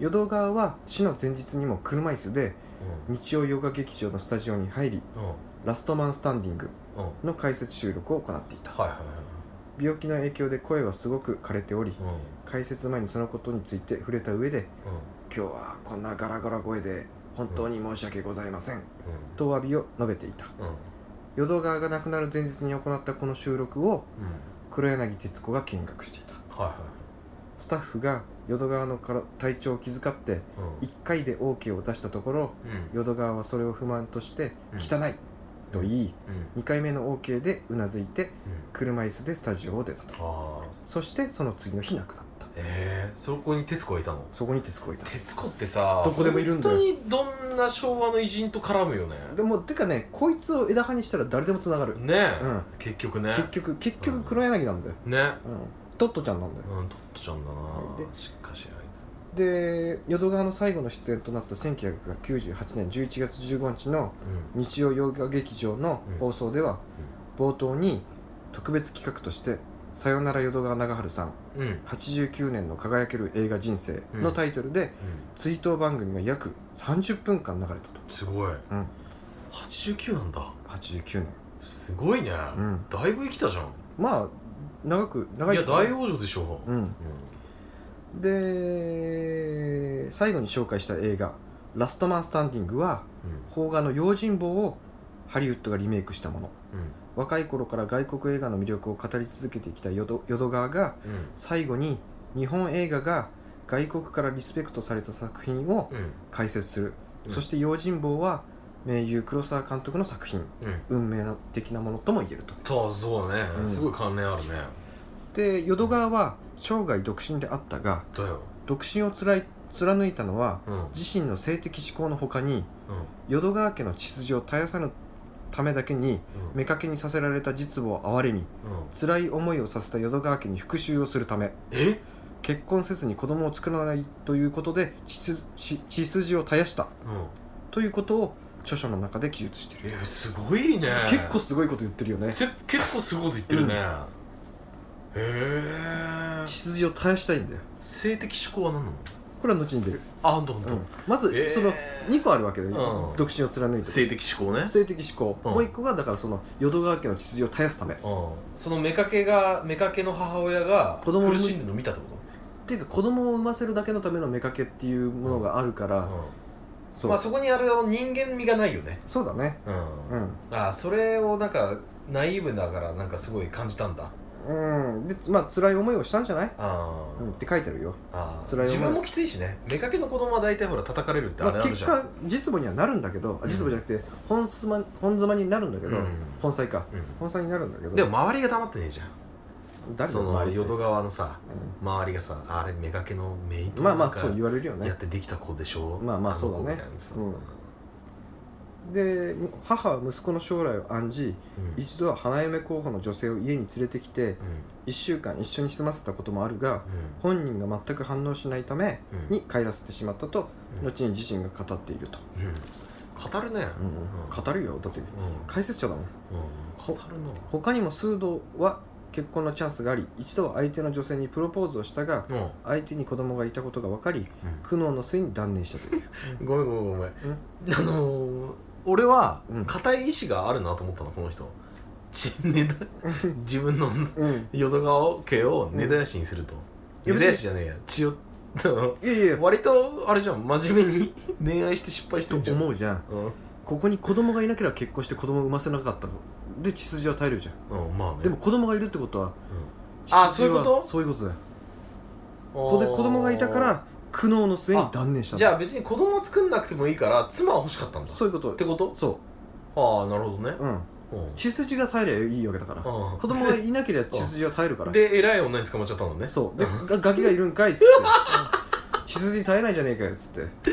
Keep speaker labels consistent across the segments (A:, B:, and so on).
A: 淀川は死の前日にも車椅子で日曜ヨガ劇場のスタジオに入り
B: うんうん
A: ラストマンスタンディング
B: うん
A: の解説収録を行っていた
B: はいはいは
A: 病気の影響で声はすごく枯れており
B: いうんうん
A: 解説前にそのことについて触れた上で今日はこんなガラガラ声で本当に申し訳ございません
B: うん
A: とお詫びを述べていた
B: うん
A: 淀川が亡くなる前日に行ったこの収録を
B: うん
A: 黒柳徹子が見学していた
B: はいは
A: スタッフが淀川のから体調を気遣って
B: いはい
A: 1回で OK を出したところ
B: うんうん
A: 淀川はそれを不満として
B: う
A: 「
B: ん
A: 汚い!」と言い
B: うんうん
A: 2回目の OK でうなずいて車椅子でスタジオを出たと
B: ああ
A: そしてその次の日亡くなった
B: ええそこに徹子がいたの
A: そこに徹子がいた
B: 徹子ってさ
A: どこでもいるんだよ
B: 本当にどんな昭和の偉人と絡むよね
A: でもてかねこいつを枝葉にしたら誰でもつながる
B: ねえ、
A: うん
B: 結局ね
A: 結局結局黒柳なんだよ、
B: ね
A: うん、トットちゃんなんだよ
B: うんトットちゃんだな
A: で
B: しかしあいつ
A: で淀川の最後の出演となった1998年11月15日の
B: うん
A: 日曜洋画劇場の放送では、冒頭に特別企画として「さよなら淀川長春さん
B: うんうん
A: 89年の輝ける映画人生」のタイトルで追悼番組が約30分間流れたと
B: すごい、
A: ん
B: 89なんだ
A: 89年
B: すごいね、
A: うん
B: だいぶ生きたじゃん
A: まあ長く長
B: い
A: い
B: や
A: けど
B: 大往生でしょ
A: う
B: うん
A: んで最後に紹介した映画「ラストマンスタンディング」は邦画の「用心棒」をハリウッドがリメイクしたもの
B: うん
A: 若い頃から外国映画の魅力を語り続けてきた淀淀川が
B: うん
A: 最後に日本映画が外国からリスペクトされた作品を
B: うん
A: 解説する、
B: うん
A: そして「用心棒」は名優黒沢監督の作品
B: うん
A: 運命的なものとも言えると
B: そうそうね、
A: うん
B: すごい関連あるね
A: で淀川は生涯独身であったが
B: だよ
A: 独身をつらい貫いたのは
B: うんうん
A: 自身の性的指向のほかに淀川家の血筋を絶やさぬためだけに
B: うん
A: 妾にさせられた実母を哀れみ
B: うん
A: 辛い思いをさせた淀川家に復讐をするため
B: え
A: 結婚せずに子供を作らないということで血筋血血筋を絶やした
B: うん
A: ということを著書の中で記述している、
B: えすごいね
A: 結構すごいこと言ってるよね
B: せ結構すごいこと言ってるね、
A: う
B: へえ
A: 血筋を絶やしたいんだよ
B: 性的思考は何なの
A: これは後に出る、
B: あほんとほん
A: う
B: と
A: ん、まず、
B: えー
A: その2個あるわけだよ、
B: うん
A: 独身を貫いて
B: 性的思考ね
A: 性的指向、
B: うん
A: もう1個がだからその淀川家の血筋を絶やすため
B: うんその妾が妾の母親が
A: 子供を
B: 苦しんでるの見たってこ
A: っていうか子供を産ませるだけのための妾っていうものがあるから、
B: と、
A: そう,、
B: まあそこにあれの人間味がないよね
A: そうだね
B: うん
A: うん
B: あそれをなんかナイーブだからなんかすごい感じたんだ
A: うんでまあ辛い思いをしたんじゃない、
B: あー、
A: うん、って書いてあるよ、
B: あー
A: 辛い思い
B: 自分もきついしね妾の子供は大体ほら叩かれるってあれ
A: ま
B: あ
A: あ、
B: るじ
A: 結
B: ゃん、
A: 果実母にはなるんだけど、あ
B: うん
A: 実母じゃなくて本妻本妻になるんだけど、
B: うん
A: 本妻か
B: う
A: 本妻になるんだけど
B: ん、でも周りが黙ってねえじゃん
A: 誰だ
B: そ
A: よ
B: の
A: 周りって
B: 淀川のさ周りがさあれめがけのメイ
A: う
B: ド
A: んまあまあそう言われるよ
B: や
A: ね
B: ってできた子でしょ
A: まあまあ
B: の子
A: そうだね
B: みたいなさ
A: うんで母は息子の将来を案じ
B: うん
A: 一度は花嫁候補の女性を家に連れてきて
B: うん
A: 1週間一緒に住ませたこともあるが本人が全く反応しないため
B: うん
A: に帰らせてしまったと
B: うん
A: 後に自身が語っていると、
B: うん語るねうん
A: 語るよだって
B: う
A: 解説者だもん
B: んうん語るな
A: 他にも数度は結婚のチャンスがあり一度は相手の女性にプロポーズをしたが
B: うん
A: 相手に子供がいたことが分かり苦悩の末に断念したという
B: ごめんごめんごめんあのー俺は
A: うん
B: 固い意志があるなと思ったのこの人ちね だ自分の
A: うん
B: 淀川家を根絶やしにすると
A: いや
B: 根絶やしじゃねえや血を
A: いやいや
B: 割とあれじゃん真面目に恋愛して失敗してんじ
A: と
B: ゃん
A: 思うじゃん
B: うん
A: ここに子供がいなければ結婚して子供を産ませなかったので血筋は耐えるじゃん
B: うんまあね
A: でも子供がいるってことは血
B: あ
A: 筋は
B: そういうこと
A: そういうことだよ
B: こ
A: こで子供がいたから苦悩の末に断念したん
B: じ
A: だ
B: ゃあ別に子供は作んなくてもいいから妻は欲しかったんだ
A: そういうこと
B: ってこと
A: そ
B: ああなるほどね
A: ううん
B: うん
A: 血筋が耐えりゃいいわけだから
B: あ
A: 子供がいなければ血筋は耐えるか
B: あ
A: ら
B: で偉い女に捕まっちゃったのね
A: そうでがガキがいるんかいっつってうん血筋耐えないじゃねえかよっつって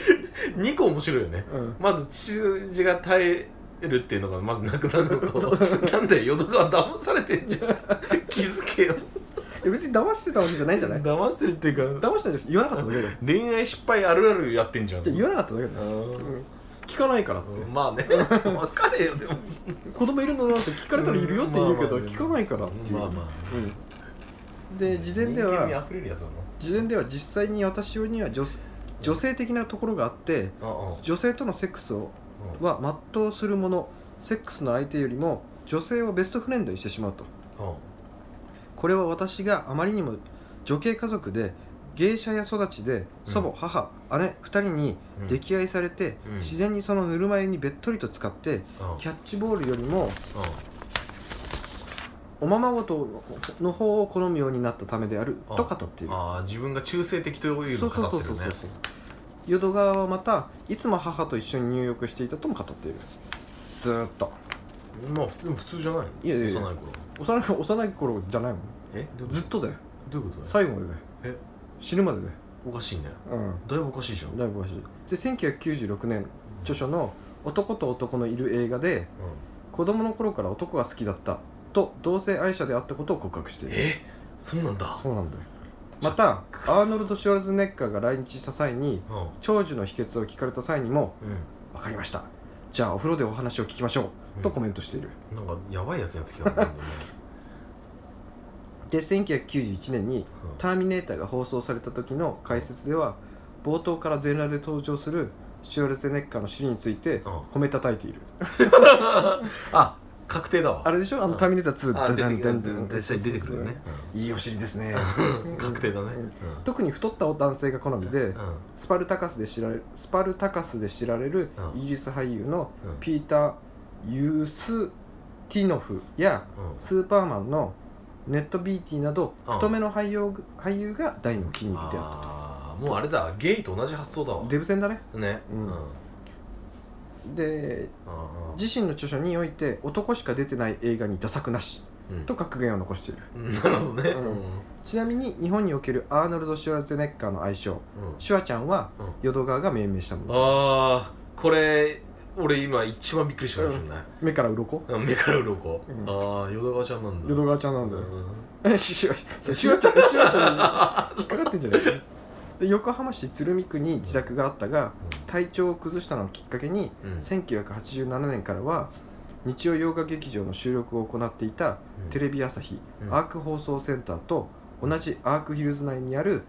B: 2個面白いよね
A: うん
B: まず父親が耐えるっていうのがまずなくなるのとなんで淀川騙されてんじ ゃん気づけよ
A: いや別に騙してたわけじゃないんじゃない
B: 騙してるっていうか
A: 騙したんじゃなくて言わなかっただけだよ
B: 恋愛失敗あるあるやってんじゃん
A: じゃあ言わなかっただけだよ、
B: うん
A: うん聞かないからって、
B: まあね分かれよでも
A: 子供いるのなんて聞かれたらいるよって言うけど、
B: うんまあまあ
A: 聞かないからっていう、
B: まあまあ
A: うん、で事前で
B: 人間味
A: は
B: あふれるやつなの
A: 事前では実際に私には女性女性的なところがあって
B: ああ
A: 女性とのセックスを
B: う
A: は全うするものセックスの相手よりも女性をベストフレンドにしてしまうと
B: んうん
A: これは私があまりにも女系家族で芸者や育ちで
B: うん
A: 祖母、母姉2人に
B: うん
A: 溺愛されて、
B: うん
A: 自然にそのぬるま湯にべっとりと使って
B: うん
A: キャッチボールよりも
B: うん
A: おままごとのの方を好むようになったためである
B: あ
A: と語っている
B: ああ自分が中性的というの
A: そ
B: を
A: うそう
B: 語
A: そ
B: っ
A: う
B: て
A: そう
B: る
A: そ
B: ね
A: う淀川はまたいつも母と一緒に入浴していたとも語っているずーっと
B: まあでも普通じゃないの
A: いやいやいや
B: 幼い
A: 幼
B: 頃
A: い幼い頃じゃないもん
B: えどういうこと
A: ずっとだよ
B: どういうことだよ
A: 最後までだよ
B: え
A: 死ぬまでだよ
B: おかしいね
A: うん
B: だいぶおかしいじゃん
A: だいぶ欲しいで1996年著書の「男と男のいる映画」で
B: うん
A: 子供の頃から男が好きだったと同性愛者であったことを告白している
B: えそうなんだ
A: そうなんだよまたアーノルド・シュワルツェネッカーが来日した際に
B: うん
A: 長寿の秘訣を聞かれた際にも
B: う
A: 「分かりましたじゃあお風呂でお話を聞きましょう」
B: ん
A: とコメントしている
B: なんかやばいやつになってきた もんね
A: で1991年に「ターミネーター」が放送された時の解説では冒頭から全裸で登場するシュワルツェネッカーの尻について
B: うん
A: 褒めたたいている
B: あ確定だわ
A: あれでしょあの、
B: うん
A: ターミネーター2
B: あ出
A: ダ
B: て
A: ン
B: く
A: ダン
B: る
A: ダン
B: 実際に出てくるよね
A: いいお尻です ね
B: うん確定だね
A: うん特に太った男性が好みで
B: うんうん
A: スパルタカスで知られるスパルタカスで知られる
B: うん
A: イギリス俳優の
B: うん
A: ピーター・ユースティノフや
B: うん
A: スーパーマンのネットビーティーなど
B: うん
A: 太めの俳優俳優が大のお気に入りであった
B: あーもうあれだゲイと同じ発想だわ
A: デブ戦だね
B: ね
A: うん
B: あ
A: で
B: あ
A: 自身の著書において男しか出てない映画にダサくなし
B: うん
A: と格言を残している
B: うんなるほどね
A: うんちなみに日本におけるアーノルド・シュワルツェネッカーの愛称
B: うんうん
A: シュワちゃんは
B: うん
A: 淀川が命名したもの
B: ああこれ俺今一番びっくりしたかもしれない
A: 目から鱗
B: うん目から鱗
A: うん
B: ああ淀川ちゃんなんだ
A: 淀川ちゃんなんだよ
B: う
A: え シュワシュワちゃんシュワちゃんに引っかかってんじゃ ないで横浜市鶴見区に自宅があったが体調を崩したのをきっかけに
B: んうん
A: 1987年からは日曜洋画劇場の収録を行っていたテレビ朝日
B: うん
A: アーク放送センターと同じアークヒルズ内にある
B: うん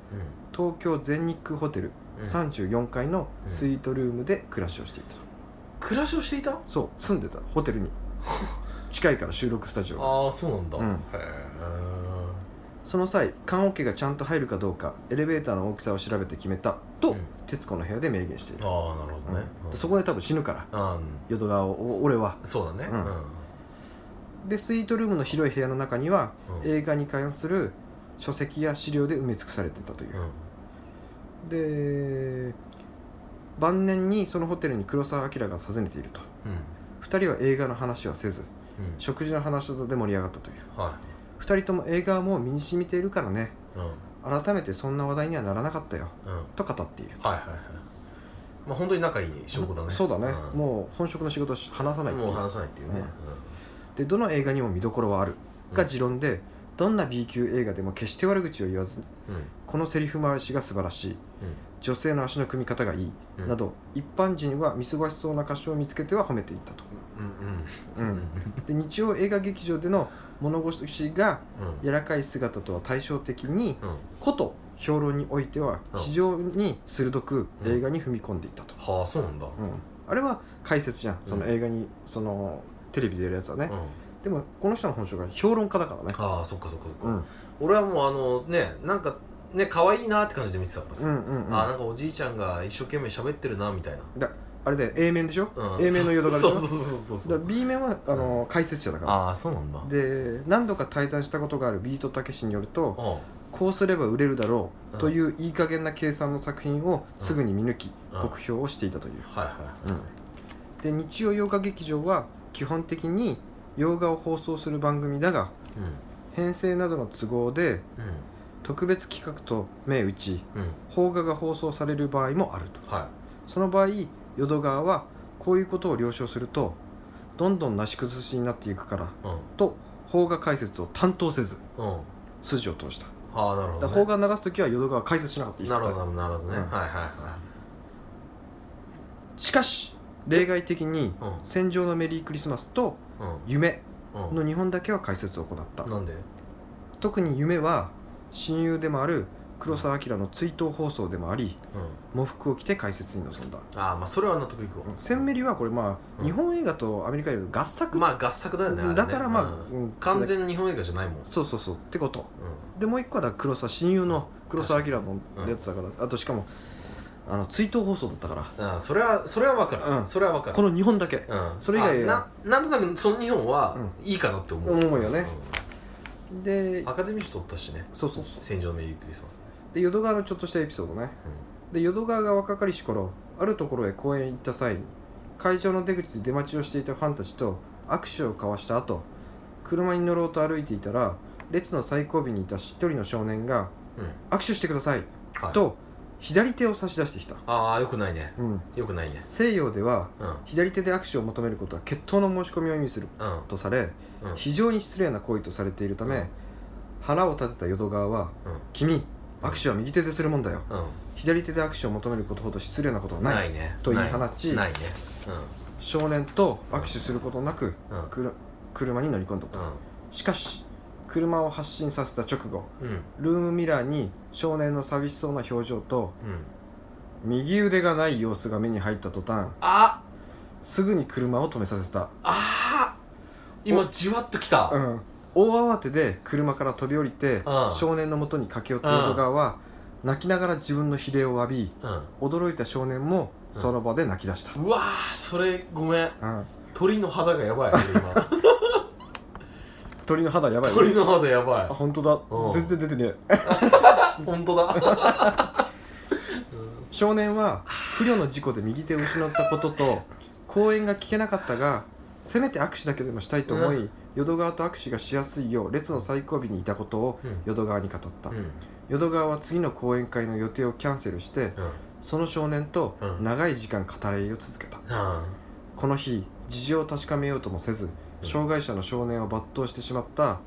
A: 東京全日空ホテル
B: うん
A: 34階のスイートルームで暮らしをしていた
B: 暮らしをしていた
A: そう住んでたホテル に近いから収録スタジオが
B: ああそうなんだ、
A: うん
B: へえ
A: その際棺桶がちゃんと入るかどうかエレベーターの大きさを調べて決めたと、
B: うん
A: 徹子の部屋で明言している、
B: ああなるほどね、
A: うん
B: うん
A: でそこで多分死ぬから
B: あ
A: 淀川をお俺は
B: あそうだね
A: うんでスイートルームの広い部屋の中には、
B: うん
A: 映画に関する書籍や資料で埋め尽くされていたという
B: う、ん
A: で晩年にそのホテルに黒澤明が訪ねていると
B: うん
A: 2人は映画の話はせず
B: うん
A: 食事の話などで盛り上がったという
B: は
A: 2人とも映画はもう身に染みているからね
B: いうんうん
A: 改めてそんな話題にはならなかったよ
B: はい
A: と語っている
B: はいはいまあ本当に仲いい証拠だね
A: そうだね、
B: ん
A: もう本職の仕事は話さないってい
B: もう
A: う
B: 話さないっていうね、
A: うんでどの映画にも見どころはあるが持論でどんな B 級映画でも決して悪口を言わず
B: うんうん
A: このセリフ回しが素晴らしい女性の足の組み方がいい、
B: うん
A: など一般人は見過ごしそうな歌詞を見つけては褒めていったと、
B: うんうん
A: で日曜映画劇場での物腰が
B: うん
A: 柔らかい姿とは対照的に
B: うん
A: こと評論においては
B: うん
A: 非常に鋭く映画に踏み込んでいったと、
B: はあそうなんだ、
A: うんあれは解説じゃんその映画に、そのテレビでやるやつはね、
B: うん
A: でもこの人の本性が評論家だからね
B: ああそっかそっかそっ
A: う
B: か、
A: んうん
B: 俺はもうあのねなんかね可愛いなって感じで見てたから
A: う
B: さ、
A: んうん
B: ああ
A: あ
B: なんかおじいちゃんが一生懸命喋ってるなみたいな
A: れだよ A 面でしょ、
B: うん
A: A 面の淀川でしょ
B: そうそうそうそうそ
A: だ
B: う
A: から B 面はあの、解説者だか
B: ああそうなんだ
A: らで何度か対談したことがあるビートたけしによると
B: うん
A: こうすれば売れるだろ
B: う
A: うんといういい加減な計算の作品をすぐに見抜き、
B: うん
A: 酷評をしていたという、
B: はいは
A: で日曜洋画劇場は基本的に洋画を放送する番組だが
B: いうん
A: 編成などの都合で
B: うん
A: 特別企画と銘打ち
B: うん
A: 邦画が放送される場合もあると
B: は
A: その場合淀川はこういうことを了承するとどんどんなし崩しになっていくから
B: いうん
A: と邦画解説を担当せず
B: うん
A: 筋を通した
B: ああなるほ
A: だ
B: ど、
A: から邦
B: ね、
A: 画流す時は淀川は解説しなかった一切
B: なるほどなるほどね、
A: うん
B: はいは
A: しかし例外的に
B: いはい
A: 「戦場のメリークリスマス」と「夢
B: うん」うん
A: の2本だけは解説を行った
B: うんなんで
A: 特に「夢」は親友でもある黒澤明の追悼放送でもあり喪服を着て解説に臨んだ
B: ああまあそれは納得いくわ
A: センメリはこれま
B: う
A: あ
B: ん
A: 日本映画とアメリカ映画の合作
B: まあ合作だよねあれね
A: だからまあ
B: うん
A: うん
B: 完全に日本映画じゃないもん
A: そうそうそうってこと
B: う
A: でもう一個はだから黒沢親友の黒沢明のやつだから、あとしかもあの追悼放送だったから
B: んああそれはそれは分かる、
A: うん
B: それは分かる
A: この2本だけ
B: うん、
A: それ以外
B: あななんとなくその日本は
A: う
B: いいかなって思う、
A: 思うよねで
B: うんアカデミー賞取ったしね
A: そうそうそう
B: 戦場のメリークリスマスね、
A: で淀川のちょっとしたエピソードねで淀川が若かりし頃あるところへ公園へ行った際に会場の出口で出待ちをしていたファンたちと握手を交わした後車に乗ろうと歩いていたら列の最後尾にいた一人の少年が
B: うん、うん
A: 「握手してください」
B: はい、
A: と左手を差し出してきた、
B: ああよくないね
A: うん、
B: よくないね
A: 西洋では
B: うんうん
A: 左手で握手を求めることは決闘の申し込みを意味する
B: うん
A: とされ
B: うん
A: 非常に失礼な行為とされているため、
B: うん
A: 腹を立てた淀川は「君握手は右手でするもんだよ
B: うん
A: 左手で握手を求めることほど失礼なことはない」
B: ないね
A: と言い放ち
B: ないないね
A: 少年と握手することなく
B: うんうん
A: くる車に乗り込んだとしかし車を発進させた直後
B: うんうん
A: ルームミラーに少年の寂しそうな表情と
B: うん
A: 右腕がない様子が目に入った途端
B: あ
A: すぐに車を止めさせた、
B: あー今じわっときた、
A: う
B: うん
A: ん、大慌てで車から飛び降りて
B: ああ
A: 少年のもとに駆け寄った淀川は泣きながら自分の比例を浴び驚いた少年もその場で泣き出した、
B: うわーそれごめん
A: うん、
B: 鳥の肌がや ばい俺今
A: 鳥の肌やばい
B: 鳥の肌やばい
A: あ本当だ
B: うん
A: 全然出てねえ
B: 本当だ
A: 少年は不慮の事故で右手を失ったことと講演が聞けなかったがせめて握手だけでもしたいと思い、
B: う
A: 淀川と握手がしやすいよう列の最後尾にいたことを
B: うん
A: 淀川に語った、
B: うん
A: 淀川は次の講演会の予定をキャンセルして
B: うん
A: その少年と
B: うん
A: 長い時間語り合いを続けた
B: うん
A: この日事情を確かめようともせず障害者の少年を罵倒してしまった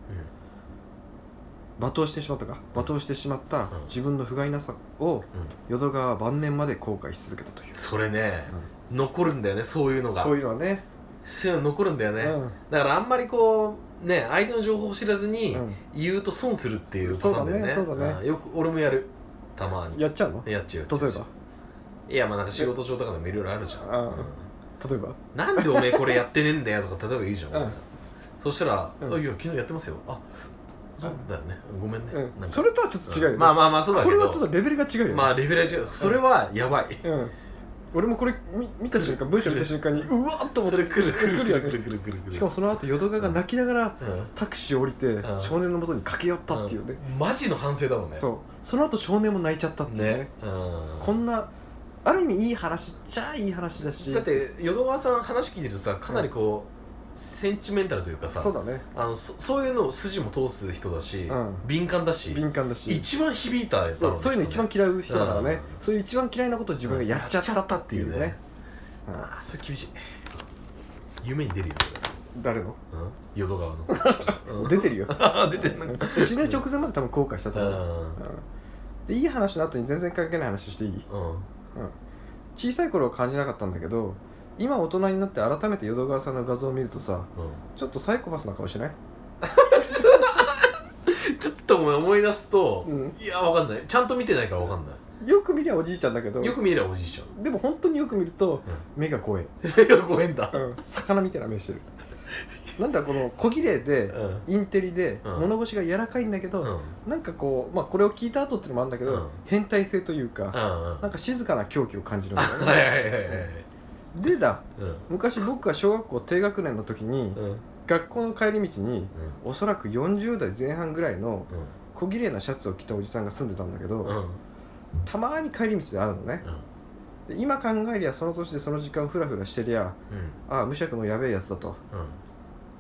A: 罵倒してしまったか罵倒してしまった
B: うん
A: 自分の不甲斐なさを
B: うん
A: 淀川は晩年まで後悔し続けたという、
B: それね残るんだよねそういうのが
A: こういうのはね
B: そういうの残るんだよね、
A: うん
B: だからあんまりこうね相手の情報を知らずに
A: うん
B: 言うと損するっていうパターンだよね
A: そうだねそうだね
B: んよく俺もやるたまに
A: やっちゃうの例え
B: やっちゃう
A: ば
B: やっちゃういやまあなんか仕事上とかでもいろいろあるじゃん、
A: あー
B: うん
A: 例えば
B: なんでおめえこれやってねえんだよとか例えば言うじゃん、
A: うん
B: そしたら、
A: うん
B: あいや昨日やってますよあそうだよねごめんね、
A: う
B: なんか
A: んそれとはちょっと違うよね
B: まあまあまあそうだ
A: こ
B: け
A: れ
B: ど
A: はちょっとレベルが違うよね
B: まあレベルは違うそれはやばい、
A: うん俺もこれ見見た瞬間文章見た瞬間にうわーっと思っ
B: そ
A: て
B: れくるくるく
A: 来るよ
B: る
A: ね
B: くるくるくるくる
A: しかもその後淀川が泣きながら
B: うん
A: タクシーを降りて
B: ん
A: 少年のもとに駆け寄ったっていうね
B: んマジの反省だもんね
A: そうその後少年も泣いちゃったっていうね
B: ね、うん、
A: こんなある意味いい話っちゃいい話だし
B: だって淀川さん話聞いてるとさかなりこう、センチメンタルというかさ
A: そうだね
B: あのそそういうのを筋も通す人だし、
A: うん
B: 敏感だし
A: 敏感だし
B: 一番響いたやつだ
A: そ
B: ろ
A: うそういうの一番
B: きっ
A: 嫌う人だからね
B: うん
A: そういう一番嫌いなことを自分がやっちゃったっていう
B: うんやっ
A: ね
B: とね
A: うん
B: ああそれ厳しい夢に出るよ、
A: 誰の
B: それうん、淀川の、うん
A: 出てる よ
B: 出てるなんか
A: 死ぬ直前まで多分後悔したと
B: う
A: 思う、
B: ん
A: でいい話の後に全然関係ない話していい
B: うん
A: 小さい頃は感じなかったんだけど今大人になって改めて淀川さんの画像を見るとさ
B: う
A: ちょっとサイコパスな顔しない
B: んちょっとお前思い出すと、
A: うん
B: いやわかんないちゃんと見てないからわかんない
A: よく見りゃおじいちゃんだけど
B: よく見ればおじいちゃん
A: でも本当によく見ると目が怖え、
B: いやごめんだ
A: うん、魚みたいな目してるなんだこの小綺麗で
B: うん
A: インテリで
B: うん
A: 物腰が柔らかいんだけど、
B: うん
A: なんかこうまあこれを聞いた後っていうのもあるんだけど、
B: うん
A: 変態性という
B: う
A: か、
B: んうん
A: なんか静かな狂気を感じるんだよ
B: はい
A: ね
B: はいはいはい
A: でだ
B: うん
A: 昔僕が小学校低学年の時に、
B: うんうん
A: 学校の帰り道におそらく40代前半ぐらいの
B: う
A: 小綺麗なシャツを着たおじさんが住んでたんだけど、
B: んうん
A: たまーに帰り道で会うのねで今考えりゃその年でその時間フラフラしてりゃああ無職のやべえやつだと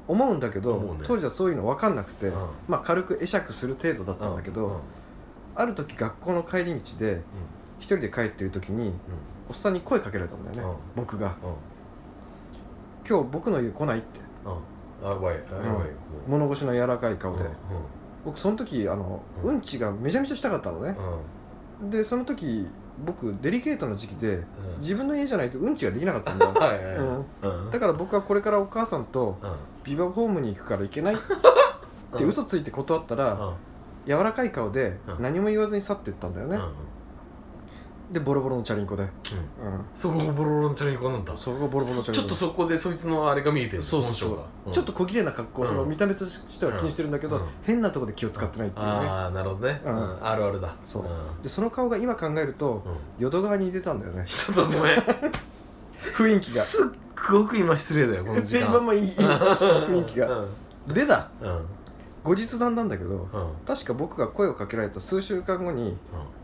A: 思うんだけど、
B: 思うね
A: 当時はそういうの分かんなくて、
B: うん
A: まあ軽く会釈する程度だったんだけど、
B: うんうん
A: ある時学校の帰り道で一人で帰ってる時におっさんに声かけられたんだよね、
B: うん
A: 僕が
B: うん
A: 「今日僕の家来ない?」って
B: うんあやばいあやばいもう
A: 物腰の柔らかい顔で、
B: うん
A: 僕その時あの、
B: う
A: うんんちがめちゃめちゃしたかったのね、でその時僕デリケートな時期で
B: うんうん
A: 自分の家じゃないとうんちができなかった んだ
B: はいはいはいうん
A: だから僕はこれからお母さんと
B: うん
A: ビバホームに行くから行けないって嘘ついて断ったら
B: うん
A: 柔らかい顔で
B: うん
A: 何も言わずに去っていったんだよ
B: うん
A: ね
B: う、ん
A: でボロボロのチャリンコで、うん、
B: そこがボロボロのチャリンコなんだ
A: そこがボロボロのチャリ
B: ちょ
A: ン
B: っ
A: コ
B: とそこでそいつのあれが見えてる
A: そうそうそう、ちょっと小綺麗な格好、
B: うん
A: その見た目としては気にしてるんだけど、
B: うん
A: 変なとこで気を使ってないっていうね、
B: ああなるほどね、
A: う
B: うんん、あるあるだ
A: そうんでその顔が今考えると
B: うん
A: 淀川に似てたんだよね
B: ちょっとごめん
A: 雰囲気が
B: すっごく今失礼だよこの時
A: で
B: 間
A: 今もいいいい雰囲気が
B: うん
A: でだ
B: うんうん
A: 後日談なんだけど
B: うん
A: 確か僕が声をかけられた数週間後に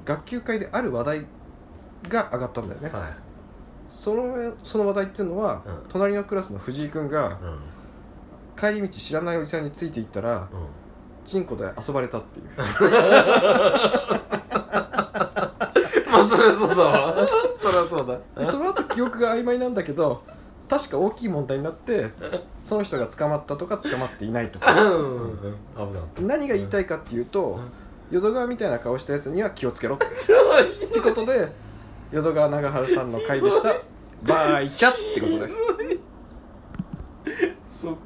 A: 学級会である話題が上がったんだよね
B: はい
A: そのその話題っていうのは、
B: うん
A: 隣のクラスの藤井君が
B: うん
A: 帰り道知らないおじさんについていったらチンコで遊ばれたっていう
B: まあそりゃそうだわそりゃそうだ
A: でその後記憶が曖昧なんだけど確か大きい問題になってその人が捕まったとか捕まっていないとか
B: うん危なかった
A: 何が言いたいかっていうと、
B: うん
A: 淀川みたいな顔したやつには気をつけろって
B: ちょいひ
A: ことで淀川長春 さんの回でしたバイチャってことで
B: そうか